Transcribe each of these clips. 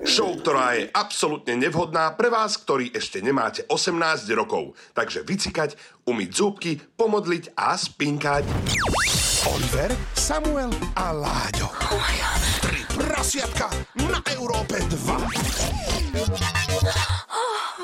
Show, ktorá je absolútne nevhodná pre vás, ktorí ešte nemáte 18 rokov. Takže vycikať, umyť zúbky, pomodliť a spinkať. Oliver, Samuel a Láďo. Tri prasiatka na Európe 2.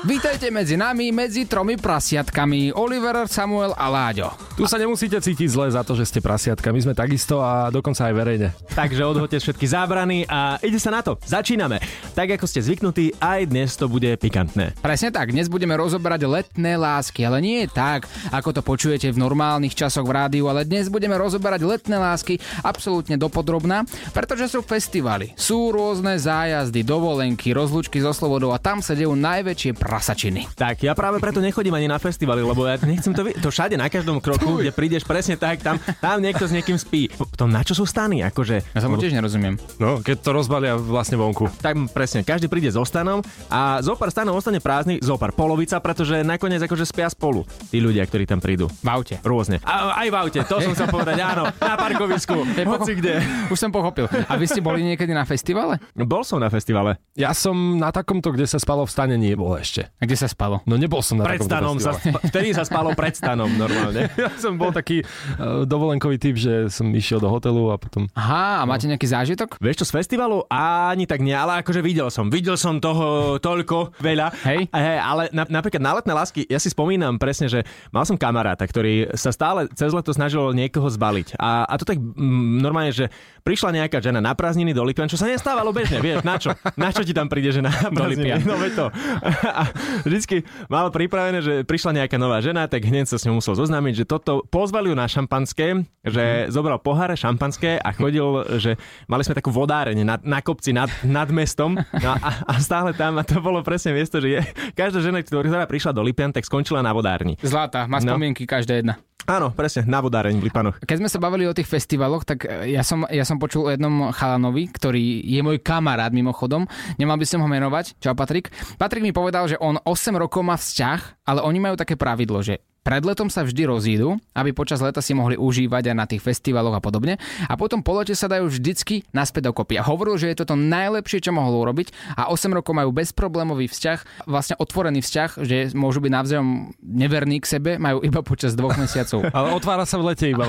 Vítajte medzi nami, medzi tromi prasiatkami. Oliver, Samuel a Láďo. Tu sa nemusíte cítiť zle za to, že ste prasiatka. My sme takisto a dokonca aj verejne. Takže odhoďte všetky zábrany a ide sa na to. Začíname. Tak ako ste zvyknutí, aj dnes to bude pikantné. Presne tak, dnes budeme rozoberať letné lásky, ale nie tak, ako to počujete v normálnych časoch v rádiu, ale dnes budeme rozoberať letné lásky absolútne dopodrobná, pretože sú festivaly, sú rôzne zájazdy, dovolenky, rozlúčky so slobodou a tam sa dejú najväčšie prasačiny. Tak ja práve preto nechodím ani na festivaly, lebo ja nechcem to vidieť. To všade na každom kroku, kde prídeš presne tak, tam, tam niekto s niekým spí. To na čo sú stany? Akože, Ja tomu tiež nerozumiem. No, keď to rozbalia vlastne vonku. tam presne, každý príde so stanom a zo pár stanov ostane prázdny, zo pár polovica, pretože nakoniec akože spia spolu tí ľudia, ktorí tam prídu. V aute. Rôzne. A, aj v aute, to som chcel povedať, áno, na parkovisku, hoci kde. Už som pochopil. A vy ste boli niekedy na festivale? Bol som na festivale. Ja som na takomto, kde sa spalo v stane, nebol ešte. A kde sa spalo? No nebol som na Pred takomto stanom sa, festivale. sp- vtedy sa spalo pred stanom normálne. Ja som bol taký uh, dovolenkový typ, že som išiel do hotelu a potom... Aha, a máte nejaký zážitok? Vieš čo, z festivalu ani tak nie, ale akože videl som. Videl som toho toľko veľa. Hej. A, hej ale na, napríklad na letné lásky, ja si spomínam presne, že mal som kamaráta, ktorý sa stále cez leto snažil niekoho zbaliť. A, a to tak mm, normálne, že prišla nejaká žena na prázdniny do Lipian, čo sa nestávalo bežne, vieš, na čo? Na čo ti tam príde žena na prázdniny? Lipian. No veď to. A vždycky mal pripravené, že prišla nejaká nová žena, tak hneď sa s ňou musel zoznámiť, že toto, pozvali ju na šampanské, Mhm. že zobral poháre šampanské a chodil, že mali sme takú vodáreň na, na kopci nad, nad mestom no a, a, stále tam a to bolo presne miesto, že je, každá žena, ktorá teda prišla do Lipian, tak skončila na vodárni. Zlata, má No. spomienky každá jedna. Áno, presne, na vodáreň v Lipanoch. Keď sme sa bavili o tých festivaloch, tak e, ja som, ja som počul o jednom chalanovi, ktorý je môj kamarát mimochodom, nemal by som ho menovať, čau Patrik. Patrik mi povedal, že on 8 rokov má vzťah, ale oni majú také pravidlo, že pred letom sa vždy rozídu, aby počas leta si mohli užívať aj na tých festivaloch a podobne. A potom po lete sa dajú vždycky naspäť dokopy. A hovoril, že je toto najlepšie, čo mohol urobiť. A 8 rokov majú bezproblémový vzťah, vlastne otvorený vzťah, že môžu byť navzájom neverní k sebe, majú iba počas dvoch mesiacov. Ale otvára sa v lete iba.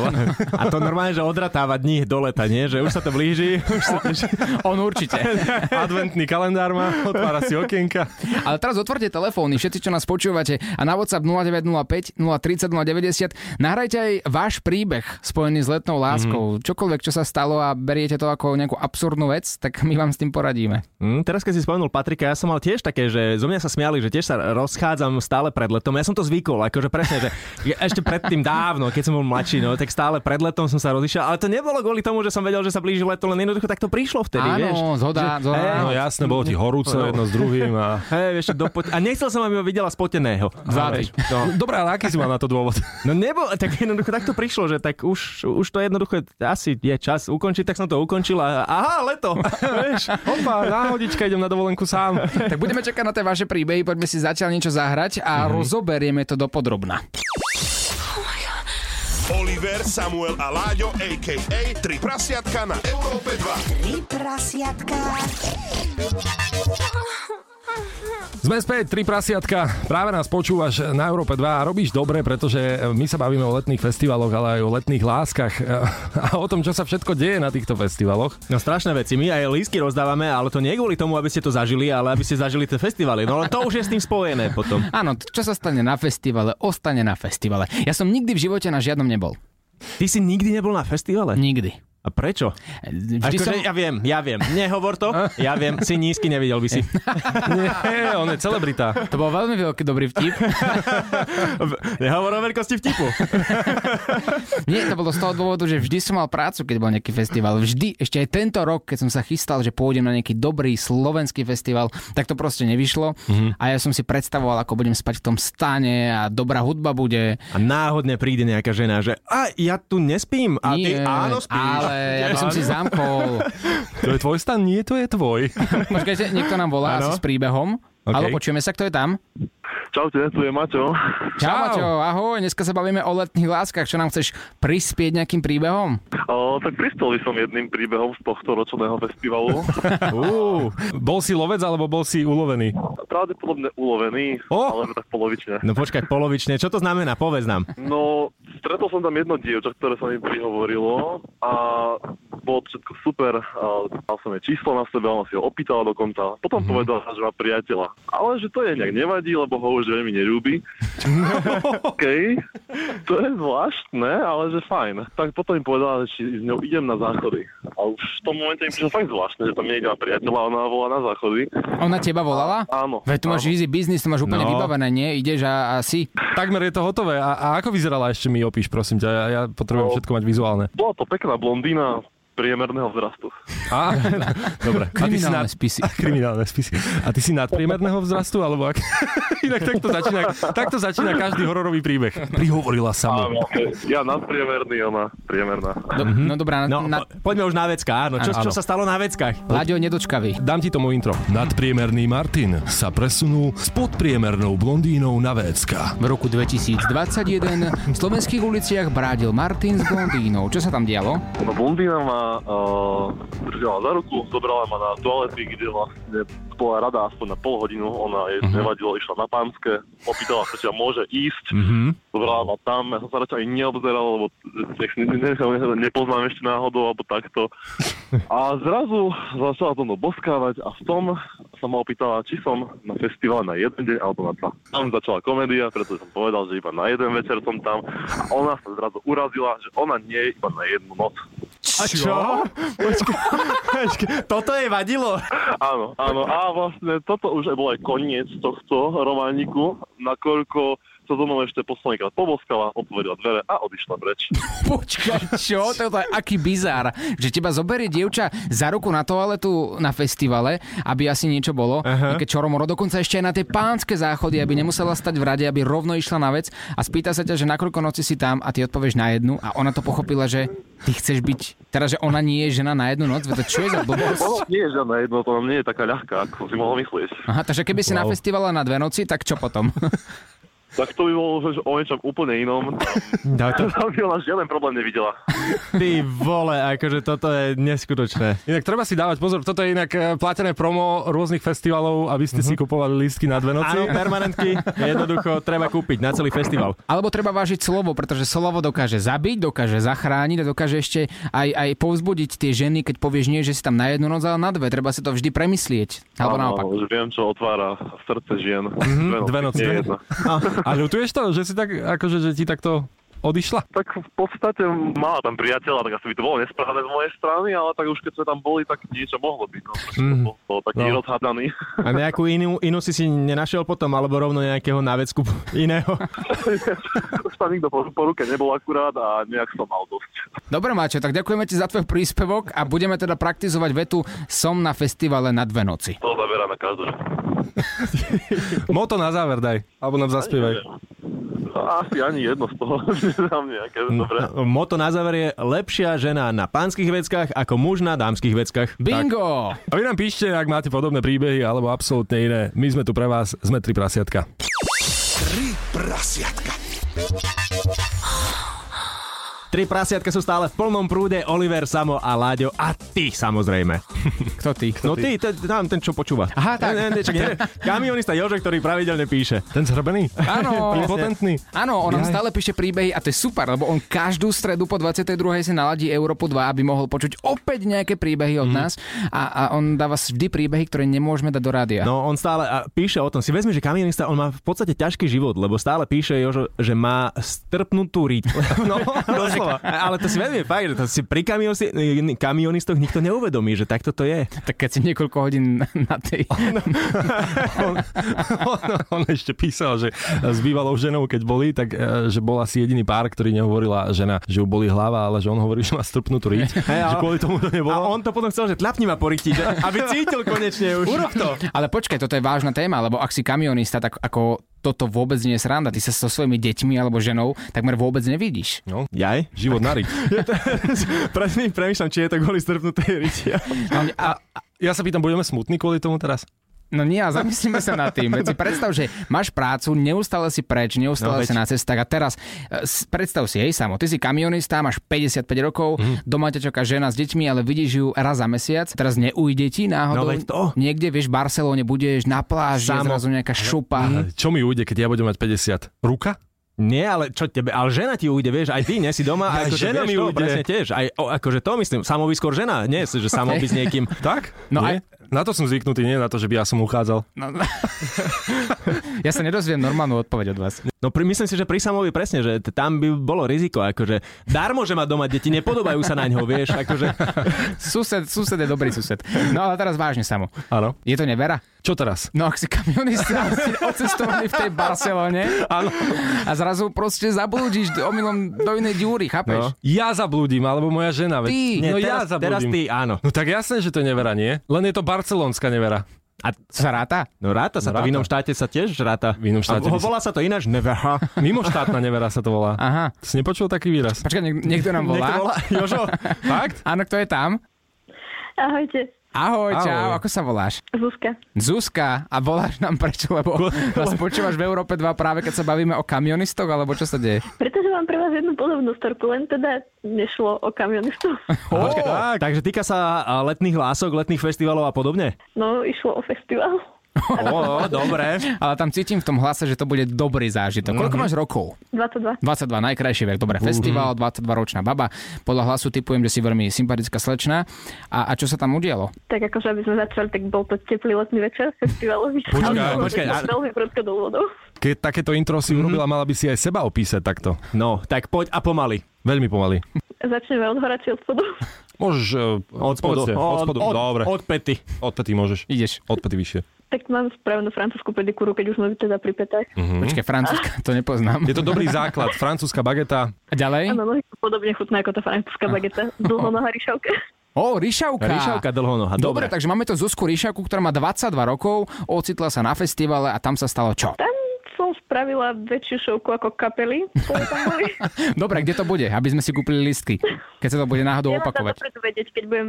A to normálne, že odratáva dní do leta, nie? Že už sa to blíži, už sa to... On určite. Adventný kalendár má, otvára si okienka. Ale teraz otvorte telefóny, všetci, čo nás počúvate a na WhatsApp 0905 030 090 nahrajte aj váš príbeh spojený s letnou Mhm. láskou. Mm. Čokoľvek, čo sa stalo a beriete to ako nejakú absurdnú vec, tak my vám s tým poradíme. Mm, teraz keď si spomenul Patrika, ja som mal tiež také, že zo mňa sa smiali, že tiež sa rozchádzam stále pred letom. Ja som to zvykol, akože presne, že ja ešte predtým dávno, keď som bol mladší, no, tak stále pred letom som sa rozišiel, ale to nebolo kvôli tomu, že som vedel, že sa blíži leto, len jednoducho tak to prišlo vtedy, Áno, vieš. zhoda, Že- zhoda. Hej, No jasne, bolo ti horúco jedno s druhým a... Hej, vieš, čo, do pot- a nechcel som, aby ho videla spoteného. Záveď. No, Dobre, ale aký si mal na to dôvod? no nebo, tak jednoducho tak to prišlo, že tak už, už to jednoducho je- asi je čas ukončiť, tak som to ukončil a aha, leto. vieš, Opa, náhodička, idem na dovolenku sám. Tak budeme čakať na tie vaše príbehy, poďme si zatiaľ niečo zahrať a Mhm. mm. rozoberieme to dopodrobná. Oliver, Samuel a Láďo, a.k.a. Tri prasiatka na Európe 2. Tri prasiatka. Sme späť, tri prasiatka. Práve nás počúvaš na Európe 2 a robíš dobre, pretože my sa bavíme o letných festivaloch, ale aj o letných láskach a o tom, čo sa všetko deje na týchto festivaloch. No strašné veci, my aj lísky rozdávame, ale to nie je kvôli tomu, aby ste to zažili, ale aby ste zažili tie festivaly. No ale to už je s tým spojené potom. Áno, t- čo sa stane na festivale, ostane na festivale. Ja som nikdy v živote na žiadnom nebol. Ty si nikdy nebol na festivale? Nikdy. A prečo? Vždy Akože, som... ja viem, ja viem. Nehovor to, ja viem. Si nízky, nevidel by si. Nie, on je celebrita. To bol veľmi veľký dobrý vtip. V- Nehovor o veľkosti vtipu. Nie, to bolo z toho dôvodu, že vždy som mal prácu, keď bol nejaký festival. Vždy, ešte aj tento rok, keď som sa chystal, že pôjdem na nejaký dobrý slovenský festival, tak to proste nevyšlo. Mhm. Mm-hmm. A ja som si predstavoval, ako budem spať v tom stane a dobrá hudba bude. A náhodne príde nejaká žena, že a ja tu nespím. A Nie, ty áno, spíš. Ale ja by som si zamkol. To je tvoj stan? Nie, to je tvoj. Počkajte, niekto nám volá asi Áno. s príbehom. OK. Okay. Halo, počujeme sa, kto je tam? Čaute, tu je Maťo. Čau, Čau. Maťo, ahoj. Dneska sa bavíme o letných láskach. Čo nám chceš prispieť nejakým príbehom? O, tak prispel by som jedným príbehom z tohto ročného festivalu. Uh, bol si lovec alebo bol si ulovený? Pravdepodobne ulovený, O! ale tak polovične. No počkaj, polovične, čo to znamená? Povedz nám. No, stretol som tam jedno dievča, ktoré sa mi prihovorilo a bolo všetko super. A mal som jej číslo na sebe, ona si ho opýtala dokonca. Potom mm-hmm. povedala, že má priateľa. Ale že to jej nejak nevadí, lebo ho už veľmi nerúbi. OK, to je zvláštne, ale že fajn. Tak potom mi povedala, že či s ňou idem na záchody. A už v tom momente mi prišlo fakt zvláštne, že tam nejde na priateľa, ona volá na záchody. Ona teba volala? Áno. Veď tu máš áno. easy business, to máš úplne No. vybavené, nie? Ideš a, a si. Takmer je to hotové. A, a ako vyzerala ešte mi opíš, prosím ťa? Ja, ja potrebujem No. všetko mať vizuálne. Bola to pekná blondína priemerného vzrastu. A, dobre. A ty si Kriminálne nad, spisy. kriminálne spisy. A ty si nadpriemerného vzrastu, alebo ak... Inak takto začína, takto začína každý hororový príbeh. Prihovorila sa mu. Áno, ja nadpriemerný, ona priemerná. Do, No dobrá, na, No, na, po- poďme už na vecka, áno. Čo, čo Áno, áno. sa stalo na veckách? Laďo nedočkavý. Dám ti tomu intro. Nadpriemerný Martin sa presunul s podpriemernou blondínou na Vécka. V roku 2021 v slovenských uliciach brádil Martin s blondínou. Čo sa tam dialo? No blondína ma uh, držala za ruku, zobrala ma na toalety, kde vlastne bola rada aspoň na pol hodinu, ona jej uh-huh. nevadilo, išla na pánske, opýtala sa, či ja môže ísť, uh-huh. zobrala ma tam, ja som sa radšej ani neobzeral, lebo nech, ne, ne, ne, nepoznám ešte náhodou, alebo takto. A zrazu začala so mnou boskávať a v tom sa ma opýtala, či som na festival na jeden deň alebo na dva. Tam začala komédia, pretože som povedal, že iba na jeden večer som tam a ona sa zrazu urazila, že ona nie je iba na jednu noc. A čo? Počkaj, počkaj, toto je vadilo. Áno, áno. A vlastne toto už aj bol aj koniec tohto romániku, nakoľko sa so mnou ešte poslednýkrát poboskala, otvorila dvere a odišla preč. Počkaj, čo? Toto je aký bizár, že teba zoberie dievča za ruku na toaletu na festivale, aby asi niečo bolo, nejaké čoromoro, dokonca ešte aj na tie pánske záchody, aby nemusela stať v rade, aby rovno išla na vec a spýta sa ťa, že nakoľko noci si tam a ty odpovieš na jednu a ona to pochopila, že ty chceš byť, teda že ona nie je žena na jednu noc, veď to čo je za blbosť? Ono nie je žiadna jedno, to nie je taká ľahká, ako si mohol myslieť. Aha, takže keby si na Wow. festivale na dve noci, tak čo potom? Tak to by bolo že o niečom úplne inom. Tam by ona žiaden problém nevidela. No Ty vole, akože toto je neskutočné. Inak treba si dávať pozor, toto je inak eh, platené promo rôznych festivalov, aby ste si kupovali lístky na dve noci. Áno, permanentky, jednoducho treba kúpiť na celý festival. Alebo treba vážiť slovo, pretože slovo dokáže zabiť, dokáže zachrániť a dokáže ešte aj, aj povzbudiť tie ženy, keď povieš nie, že si tam na jednu noc, ale na dve. Treba si to vždy premyslieť. Alebo Áno, naopak. Že viem, čo otvára srdce žien. Mhm, dve noci, nie dve- jedna. A ľutuješ to, že si tak, akože, že ti takto odišla? Tak v podstate mala tam priateľa, tak asi by to bolo nesprávne z mojej strany, ale tak už keď sme tam boli, tak niečo mohlo byť. No, Mhm. mm. bol, bol taký No. no. rozhádaný. A nejakú inú, inú si si nenašiel potom, alebo rovno nejakého návecku iného. už tam nikto po, po ruke nebol akurát a nejak som mal dosť. Dobre, Máčo, tak ďakujeme ti za tvoj príspevok a budeme teda praktizovať vetu Som na festivale na dve noci. To zaberá na každú. Moto na záver daj, alebo nám zaspievaj. Asi ani jedno z toho, že tam nejaké dobré. No, Moto na záver je lepšia žena na pánskych veckách ako muž na dámskych veckách. Bingo! A vy nám píšte, ak máte podobné príbehy, alebo absolútne iné. My sme tu pre vás, sme tri prasiatka. Tri prasiatka. Tri prasiatka sú stále v plnom prúde, Oliver, Samo a Láďo a ty samozrejme. Kto ty? No ty, ten, tam ten, čo počúva. Aha, tak. Ne, ne, čak, ne, kamionista Jožo, ktorý pravidelne píše. Ten zhrbený? Áno. Potentný? Áno, on nám Jaj. stále píše príbehy a to je super, lebo on každú stredu po 22. si naladí Európu 2, aby mohol počuť opäť nejaké príbehy od nás a, a on dáva vždy príbehy, ktoré nemôžeme dať do rádia. No on stále a píše o tom, si vezmi, že kamionista, on má v podstate ťažký život, lebo stále píše Jožo, že má strpnutú riť. No, doslova. Ale to si vezmi, fakt, že to si pri kamionosti- kamionistoch nikto neuvedomí, že takto to je. Tak keď si niekoľko hodín na tej... on, on, on ešte písal, že s bývalou ženou, keď boli, tak e, že bol asi jediný pár, ktorý nehovorila žena, že ju boli hlava, ale že on hovorí, že má strpnutú riť, Hej, že a- kvôli tomu to A nebolo. on to potom chcel, že tlapni ma poriti, že, aby cítil konečne už. Urob to. Ale počkaj, toto je vážna téma, lebo ak si kamionista, tak ako toto vôbec nie je sranda. Ty sa so svojimi deťmi alebo ženou takmer vôbec nevidíš. Jaj? Život na riť. Presne premyšľam, či je to kvôli strpnutej riti. A, a, ja sa pýtam, budeme smutní kvôli tomu teraz? No nie, a zamyslíme sa nad tým. Veď si predstav, že máš prácu, neustále si preč, neustále no, No veď. si na cestách a teraz e, s- predstav si, hej, samo, ty si kamionista, máš 55 rokov, mm. Mhm. doma ťa čaká žena s deťmi, ale vidíš ju raz za mesiac, teraz neujde ti náhodou. No veď to. Niekde, vieš, v Barcelone budeš na pláži, je Samo. Mhm. zrazu nejaká šupa. Čo mi ujde, keď ja budem mať 50? Ruka? Nie, ale čo tebe, ale žena ti ujde, vieš, aj ty nie si doma, Ja, aj akože, žena vieš, mi to, ujde. presne tiež. Aj, o, akože to myslím, samovi skôr žena, nie, že samovi s niekým. Tak? No nie? Na to som zvyknutý, nie na to, že by ja som uchádzal. No, ja sa nedozviem normálnu odpoveď od vás. No pri, myslím si, že pri Samovi presne, že t- tam by bolo riziko, akože darmo, že má doma deti, nepodobajú sa na ňo, vieš, akože Sused, sused je dobrý sused. No ale teraz vážne, samo. Áno. Je to nevera? Čo teraz? No ak si kamionista, si odcestovaný v tej Barcelone Áno. a zrazu proste zablúdiš omylom do inej diúry, chápeš? No. Ja zablúdim, alebo moja žena. Veď. Ty. nie, no teraz, ja teraz zablúdim. ty, áno. No tak jasné, že to je nevera, nie? Len je to barcelonská nevera. A Co sa ráta? no ráta sa to, v No ráta. inom štáte sa tiež ráta. V inom A, štáte ho, by sa- volá sa to ináč, neveha. Mimoštátna nevera sa to volá. Aha. Si nepočul taký výraz? Počkaj, niek- niekto nám volá. Niekto volá? Jožo, Fakt? Áno, kto je tam? Ahojte, Ahoj, Ahoj. čau, ako sa voláš? Zuzka. Zuzka, a voláš nám prečo, lebo nás počúvaš v Európe 2 práve keď sa bavíme o kamionistoch, alebo čo sa deje? Pretože mám pre vás jednu podobnú storku, len teda nešlo o kamionistov. Počkaj, tak. Takže týka sa a, letných lások, letných festivalov a podobne? No, išlo o festival. O, dobre. Ale tam cítim v tom hlase, že to bude dobrý zážitok. Koľko máš rokov? 22. 22, najkrajší vek, dobre, festival, 22 ročná baba. Podľa hlasu typujem, že si veľmi sympatická slečná. A, a čo sa tam udialo? Tak akože, aby sme začali, tak bol to teplý letný večer festivalový. Počkaj, Ale bolo počkaj, to ale- Veľmi prudko do úvodov. Keď takéto intro Mhm. si urobila, mala by si aj seba opísať takto. No, tak poď a pomaly. Veľmi pomaly. Začneme od hora či od spodu. Môžeš... Od spodu. Od, od spodu. Od, Dobre. od pety. Od pety môžeš. Ideš. Od pety vyššie. Tak mám spravenú francúzsku pedikúru, keď už sme teda pri petách. Mm-hmm. Počkaj, francúzska, to nepoznám. Je to dobrý základ. Francúzska bageta. A ďalej? Áno, nohy sú podobne chutná ako tá francúzska bageta. Dlho noha ryšavka. O, Ríšavka. Ríšavka dlhonoha. Dobre, Dobre. takže máme tu Zuzku Ríšavku, ktorá má 22 rokov, ocitla sa na festivale a tam sa stalo čo? Tam som spravila väčšiu šovku ako kapely, ktoré tam boli. Dobre, kde to bude, aby sme si kúpili listky, keď sa to bude náhodou Ja vám dám opakovať? dopredu vedieť, keď budem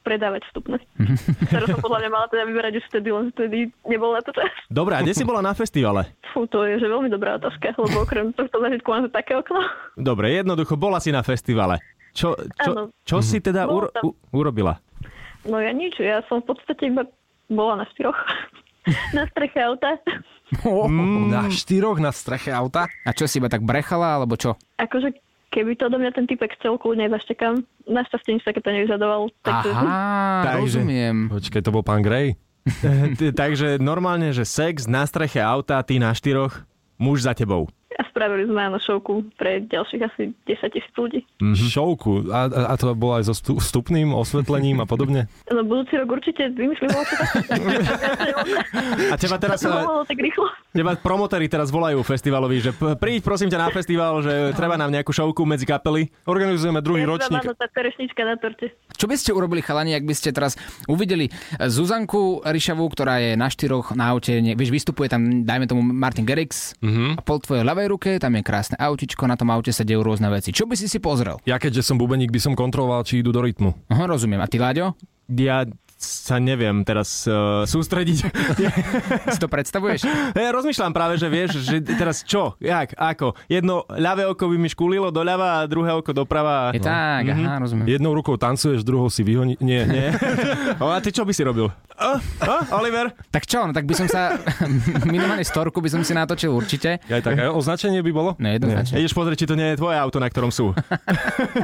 predávať vstupné. Ktorú som podľa mňa mala teda vyberať už vtedy, len vtedy nebol na to čas. Dobre, a kde si bola na festivale? Fú, to je že veľmi dobrá otázka, lebo okrem tohto zážitku mám že také okno. Dobre, jednoducho, bola si na festivale. Čo, Áno. čo, čo si teda Bola uro- tam. u- urobila? No ja nič, ja som v podstate iba bola na štyroch. na streche auta. Mm, Na štyroch na streche auta. A čo si iba tak brechala, alebo čo? Akože keby to do mňa ten typek chcel, kľudne aj zaštekám. Našťastie nič takéto nevyžadoval. Takže Aha, Takže- rozumiem. Počkaj, to bol pán Grey. T- takže normálne, že sex na streche auta, ty na štyroch, muž za tebou. a spravili sme áno šovku pre ďalších asi 10 tisíc ľudí. Mhm. Šovku. A, a- a to bolo aj so vstu- vstupným osvetlením a podobne. No budúci rok určite vymyslím niečo také. A teba teraz... To e, bolo tak rýchlo. Teba promotéri teraz volajú festivalovi, že p- príď prosím ťa na festival, že treba nám nejakú šovku medzi kapely. Organizujeme druhý Ja ročník. Áno, tá terešnička na torte. Čo by ste urobili, chalani, ak by ste teraz uvideli e, Zuzanku Ríšavú, ktorá je na štyroch na aute, nie, vieš, vystupuje tam, dajme tomu, Martin Gerix mm-hmm. a po tvojej ľavej ruke, tam je krásne autičko, na tom aute sa dejú rôzne veci. Čo by si si pozrel? Ja keďže som bubeník, by som kontroloval, či idú do rytmu. Aha, rozumiem. A ty, Láďo, Ja sa neviem teraz uh, sústrediť. si to predstavuješ? ja rozmýšľam práve, že vieš, že teraz čo, jak, ako. Jedno ľavé oko by mi škúlilo doľava a druhé oko doprava. No. Je tak, aha, Hm. rozumiem. Jednou rukou tancuješ, druhou si vyhoní... Nie, nie. O, a ty čo by si robil? A, a, Oliver? Tak čo, no tak by som sa, minimálne storku by som si natočil určite. Aj tak, aj označenie by bolo? No jednoznačne. Ideš pozrieť, či to nie je tvoje auto, na ktorom sú.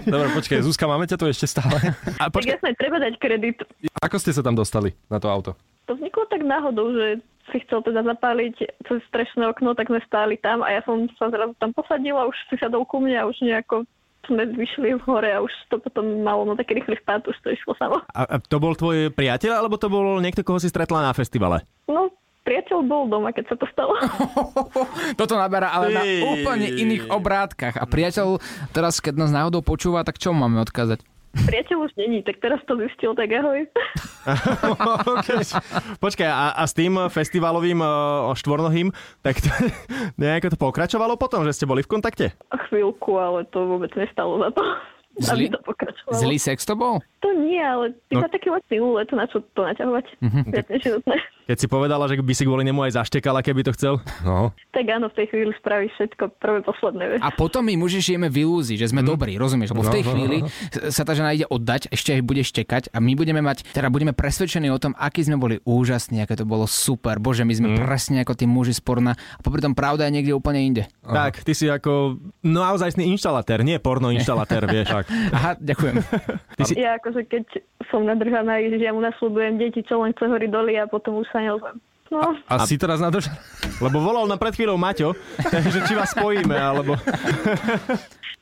Dobre, počkaj, Zuzka, máme ťa tu ešte stále. A Tak počkaj, jasné, treba dať kredit. Ako ste sa tam dostali na to auto? To vzniklo tak náhodou, že si chcel teda zapáliť cez strešné okno, tak sme stáli tam a ja som sa zrazu tam posadila, už si sadol ku mne a už nejako sme vyšli v hore a už to potom malo no taký rýchly vpád, už to išlo samo. a, a to bol tvoj priateľ, alebo to bol niekto, koho si stretla na festivale? No, priateľ bol doma, keď sa to stalo. Toto naberá ale na Ty. úplne iných obrátkach. A priateľ teraz, keď nás náhodou počúva, tak čo máme odkázať? priateľ už není, tak teraz to zistil, tak ahoj. Okay. Počkaj, a, a s tým festivalovým uh, štvornohým, tak to, nejako to pokračovalo potom, že ste boli v kontakte? Chvíľku, ale to vôbec nestalo za to. Zlý, aby to pokračovalo. zlý sex to bol? To nie, ale ty No. Mhm. no. taký lacný úlet, na čo to naťahovať. Mm-hmm. Viac než je nutné. Keď si povedala, že by si kvôli nemu aj zaštekala, keby to chcel. No. Tak áno, v tej chvíli spravíš všetko prvé, posledné. A potom my muži žijeme v ilúzii, že sme mm. dobrí, rozumieš? Lebo v tej Mhm. No, no, chvíli sa tá žena ide oddať, ešte aj bude štekať a my budeme mať, teda budeme presvedčení o tom, aký sme boli úžasní, aké to bolo super. Bože, my Mhm. sme mm. presne ako tí muži sporná a popri tom pravda je niekde úplne inde. Aha. Tak, ty si ako naozajstný inštalatér, nie porno inštalatér, vieš. tak. Aha, ďakujem. Ja akože keď som nadržaná, že ja mu nasľubujem deti, čo len chce hory doli a potom už sa neozvem. No, A, a si teraz nadrž... Lebo volal na pred chvíľou Maťo, takže či vás spojíme, alebo...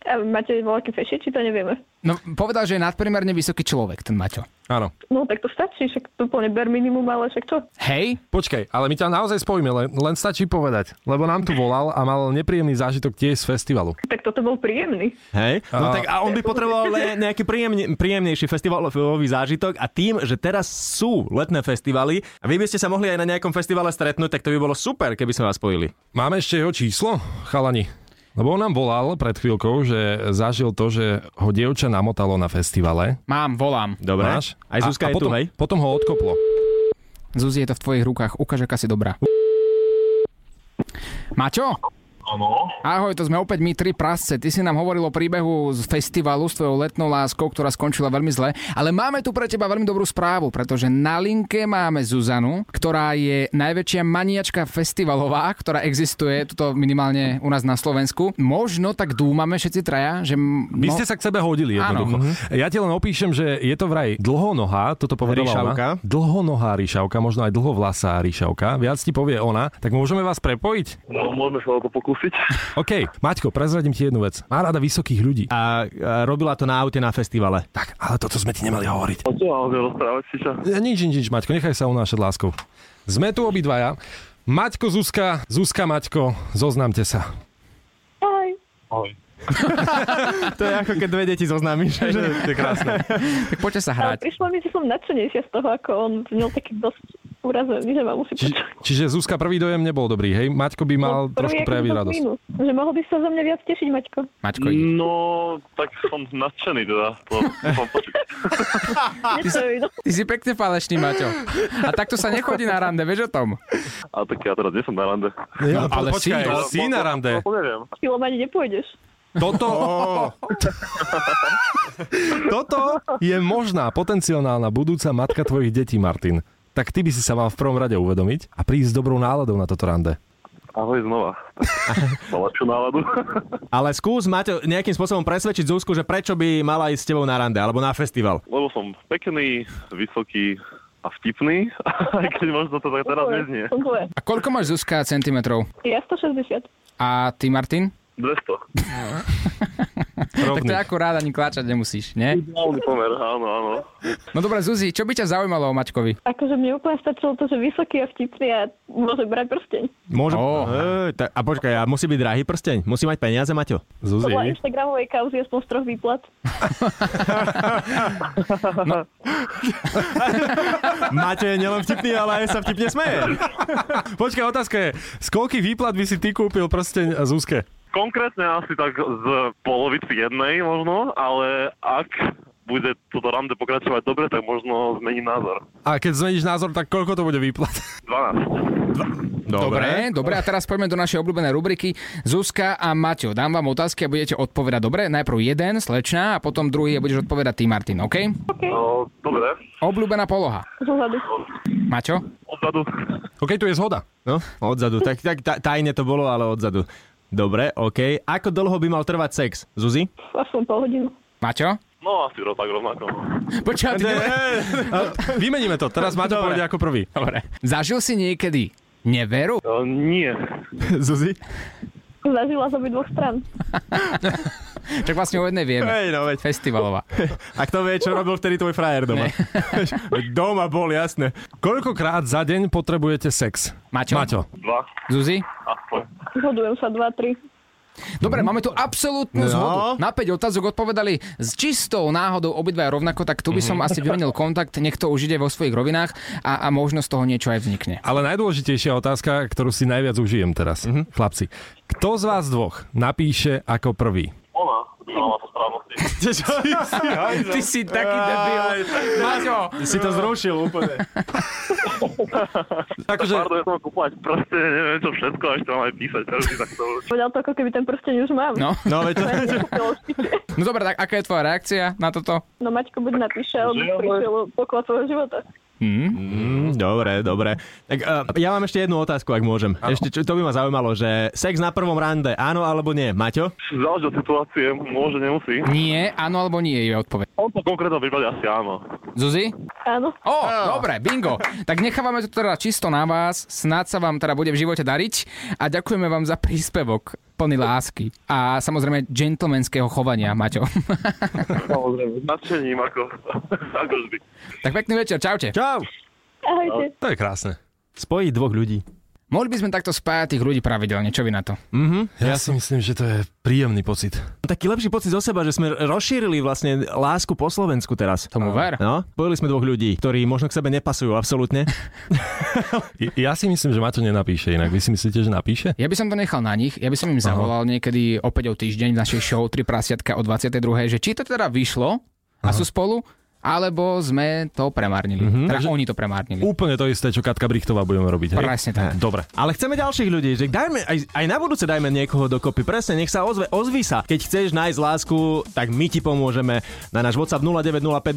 a máte veľké fešie, či to nevieme? No, povedal, že je nadprimerne vysoký človek, ten Maťo. Áno. No tak to stačí, však to úplne ber minimum, ale však čo? Hej, Počkaj, ale my ťa naozaj spojíme, len, len stačí povedať. Lebo nám tu volal a mal nepríjemný zážitok tiež z festivalu. Tak toto bol príjemný. Hej? No A- tak a on by potreboval le- nejaký príjemne, príjemnejší festivalový zážitok a tým, že teraz sú letné festivaly a vy by ste sa mohli aj na nejakom festivale stretnúť, tak to by bolo super, keby sme vás spojili. Máme ešte jeho číslo, chalani? Lebo on nám volal pred chvíľkou, že zažil to, že ho dievča namotalo na festivale. mám, volám. Dobre. Máš? Aj Zuzka a, a je potom, tu, hej? Potom ho odkoplo. Zuzi, je to v tvojich rukách. Ukáž, aká si dobrá. Maťo? Áno, Ahoj, to sme opäť my tri prasce. Ty si nám hovoril o príbehu z festivalu s tvojou letnou láskou, ktorá skončila veľmi zle, ale máme tu pre teba veľmi dobrú správu, pretože na linke máme Zuzanu, ktorá je najväčšia maniačka festivalová, ktorá existuje, tuto minimálne u nás na Slovensku. Možno tak dúmame všetci traja, že... m- no- Vy ste sa k sebe hodili Áno. Mhm. jednoducho. Ja ti len opíšem, že je to vraj dlhonohá, toto povedala Ríšavka. ona. Dlhonohá ríšavka, možno aj dlhovlasá ríšavka. Viac ti povie ona. Tak môžeme vás prepojiť? no, môžeme sa o to pokúsiť. OK, Maťko, prezradím ti jednu vec. Má rada vysokých ľudí. A, a robila to na aute na festivale. Tak, ale toto sme ti nemali hovoriť. O čo máme rozprávať si sa? Ja, Nič, nič, nič, Maťko, nechaj sa unášať láskou. Sme tu obidvaja. Maťko, Zuzka, Zuzka, Maťko, zoznamte sa. Aj. Ahoj. To je ako keď dve deti zoznámiš. Že... To je krásne. Tak poďte sa Ale hrať. prišlo mi, že som nadšenejšia z toho, ako on znel taký dosť urazený, že ma musí Či, počuť. čiže Zuzka prvý dojem nebol dobrý, hej? Maťko by mal No, prvý, trošku aký prejaviť som radosť. minus. Že mohol by sa zo mňa viac tešiť, Maťko. Maťko, ide. No, tak som nadšený teda. To, som počuť. Nie to je- Ty si pekne falešný, Maťo. A takto sa nechodí na rande, vieš o tom? Ale tak ja teraz nie som na rande. Ja, ale No, počkaj, si- si na rande. To neviem. Chvíľom ani nepôjdeš. Toto, toto je možná potenciálna budúca matka tvojich detí, Martin. Tak ty by si sa mal v prvom rade uvedomiť a prísť s dobrou náladou na toto rande. Ahoj znova. Za lepšiu náladu. Ale skús, Maťo, nejakým spôsobom presvedčiť Zuzku, že prečo by mala ísť s tebou na rande alebo na festival. Lebo som pekný, vysoký a vtipný, aj keď možno to tak teraz Funguje, neznie. Funguje. A koľko máš Zuzka centimetrov? Ja 160. A ty, Martin? 200. Tak to je Rovný. akurát, ani kláčať nemusíš, nie? Ideálny pomer, áno, áno. No dobre, Zuzi, čo by ťa zaujímalo o Maťkovi? Akože mne úplne stačilo to, že vysoký a vtipný a môže brať prsteň. Môže... Ó. E, tak, a počkaj, a musí byť drahý prsteň? Musí mať peniaze, Maťo? Podľa Zuzi, Instagramovej kauzy aspoň z troch výplat. Maťo je nielen vtipný, ale aj sa vtipne smeje. počkaj, otázka je, z koľkých výplat by si ty kúpil prsteň Zuzke? Konkrétne asi tak z polovici jednej možno, ale ak bude toto rande pokračovať dobre, tak možno zmení názor. A keď zmeníš názor, tak koľko to bude výplat? 12. Dobre, dobre, a teraz poďme do našej obľúbenej rubriky. Zuzka a Maťo, dám vám otázky a budete odpovedať. Dobre, najprv jeden, slečná, a potom druhý a budeš odpovedať ty, Martin, OK? No, dobre. Obľúbená poloha. Zozadu. Maťo? Odzadu. OK, tu je zhoda. No, odzadu. Tak, tak ta- tajne to bolo, ale odzadu. Dobre, OK. Ako dlho by mal trvať sex, Zuzi? Aspoň pol hodinu. Maťo? No, asi ro- tak rovnako. Počkaj, ty ne- Vymeníme to, teraz Maťo Dobre. povede ako prvý. Dobre. Zažil si niekedy neveru? E, nie. Zuzi? Zažila z obi dvoch stran. Tak vlastne o jednej vieme. Hej, no veď. Festivalová. A kto vie, čo robil vtedy tvoj frajer doma? Veď doma bol, jasné. Koľkokrát za deň potrebujete sex? Maťo? Maťo. Dva. Zuzi? Aspoň. Zhodujem sa 2-3. Dobre, máme tu absolútnu No. zhodu. Na 5 otázok odpovedali s čistou náhodou obidva rovnako, tak tu by som asi vymenil kontakt, nech to už ide vo svojich rovinách a, a možno z toho niečo aj vznikne. Ale najdôležitejšia otázka, ktorú si Mhm. najviac užijem teraz, mm-hmm. chlapci. Kto z vás dvoch napíše ako prvý? Ona. mala po správnosti. Ty si taký debil. Maťo, Si to zrušil úplne. Takže, Pardon, ja som kúpať prste, neviem čo všetko, a ešte mám aj písať, takže tak to už. Povedal to, ako keby ten prsteň už mám. No. No veď to... Nekúpilo špice. no dobré, tak aká je tvoja reakcia na toto? No Maťko buď napíše, alebo Že ale- prišiel poklad svojho života. Mm, dobre, dobre. Tak uh, ja mám ešte jednu otázku, ak môžem. Ano. Ešte, čo, to by ma zaujímalo, že sex na prvom rande, áno alebo nie? Maťo? Záleží od situácie, môže, nemusí. Nie, áno alebo nie je odpoveď. On to konkrétno prípade asi áno. Zuzi? Áno. Ó, dobre, bingo. Tak nechávame to teda čisto na vás, snáď sa vám teda bude v živote dariť a ďakujeme vám za príspevok plný lásky a samozrejme gentlemanského chovania, Maťo. Samozrejme. S nadšením, ako, ako vždy. tak pekný večer, čaute. Čau! Ahojte. to je krásne. Spojiť dvoch ľudí. Mohli by sme takto spájať tých ľudí pravidelne, čo vy na to? Ja si myslím, že to je príjemný pocit. Taký lepší pocit zo seba, že sme rozšírili vlastne lásku po Slovensku teraz. Tomu ver. No, spojili sme dvoch ľudí, ktorí možno k sebe nepasujú absolútne. I- Ja si myslím, že Maťo nenapíše inak. Vy si myslíte, že napíše? Ja by som to nechal na nich, ja by som im zavolal niekedy opäť o týždeň v našej show 3 prasiatka o 22. že či to teda vyšlo a sú spolu, alebo sme to premárnili. Mm-hmm, teda oni to premárnili. Úplne to isté, čo Katka Brichtová budeme robiť. Hej? Presne tak. Dobre. Ale chceme ďalších ľudí, že dajme, aj, aj na budúce dajme niekoho dokopy. Presne, nech sa ozve, ozvi sa. Keď chceš nájsť lásku, tak my ti pomôžeme. Na náš WhatsApp 0905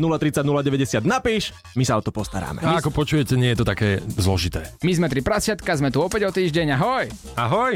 030 090 napíš, my sa o to postaráme. A ako počujete, nie je to také zložité. My sme 3 prasiatka, sme tu opäť o týždeň, ahoj! Ahoj!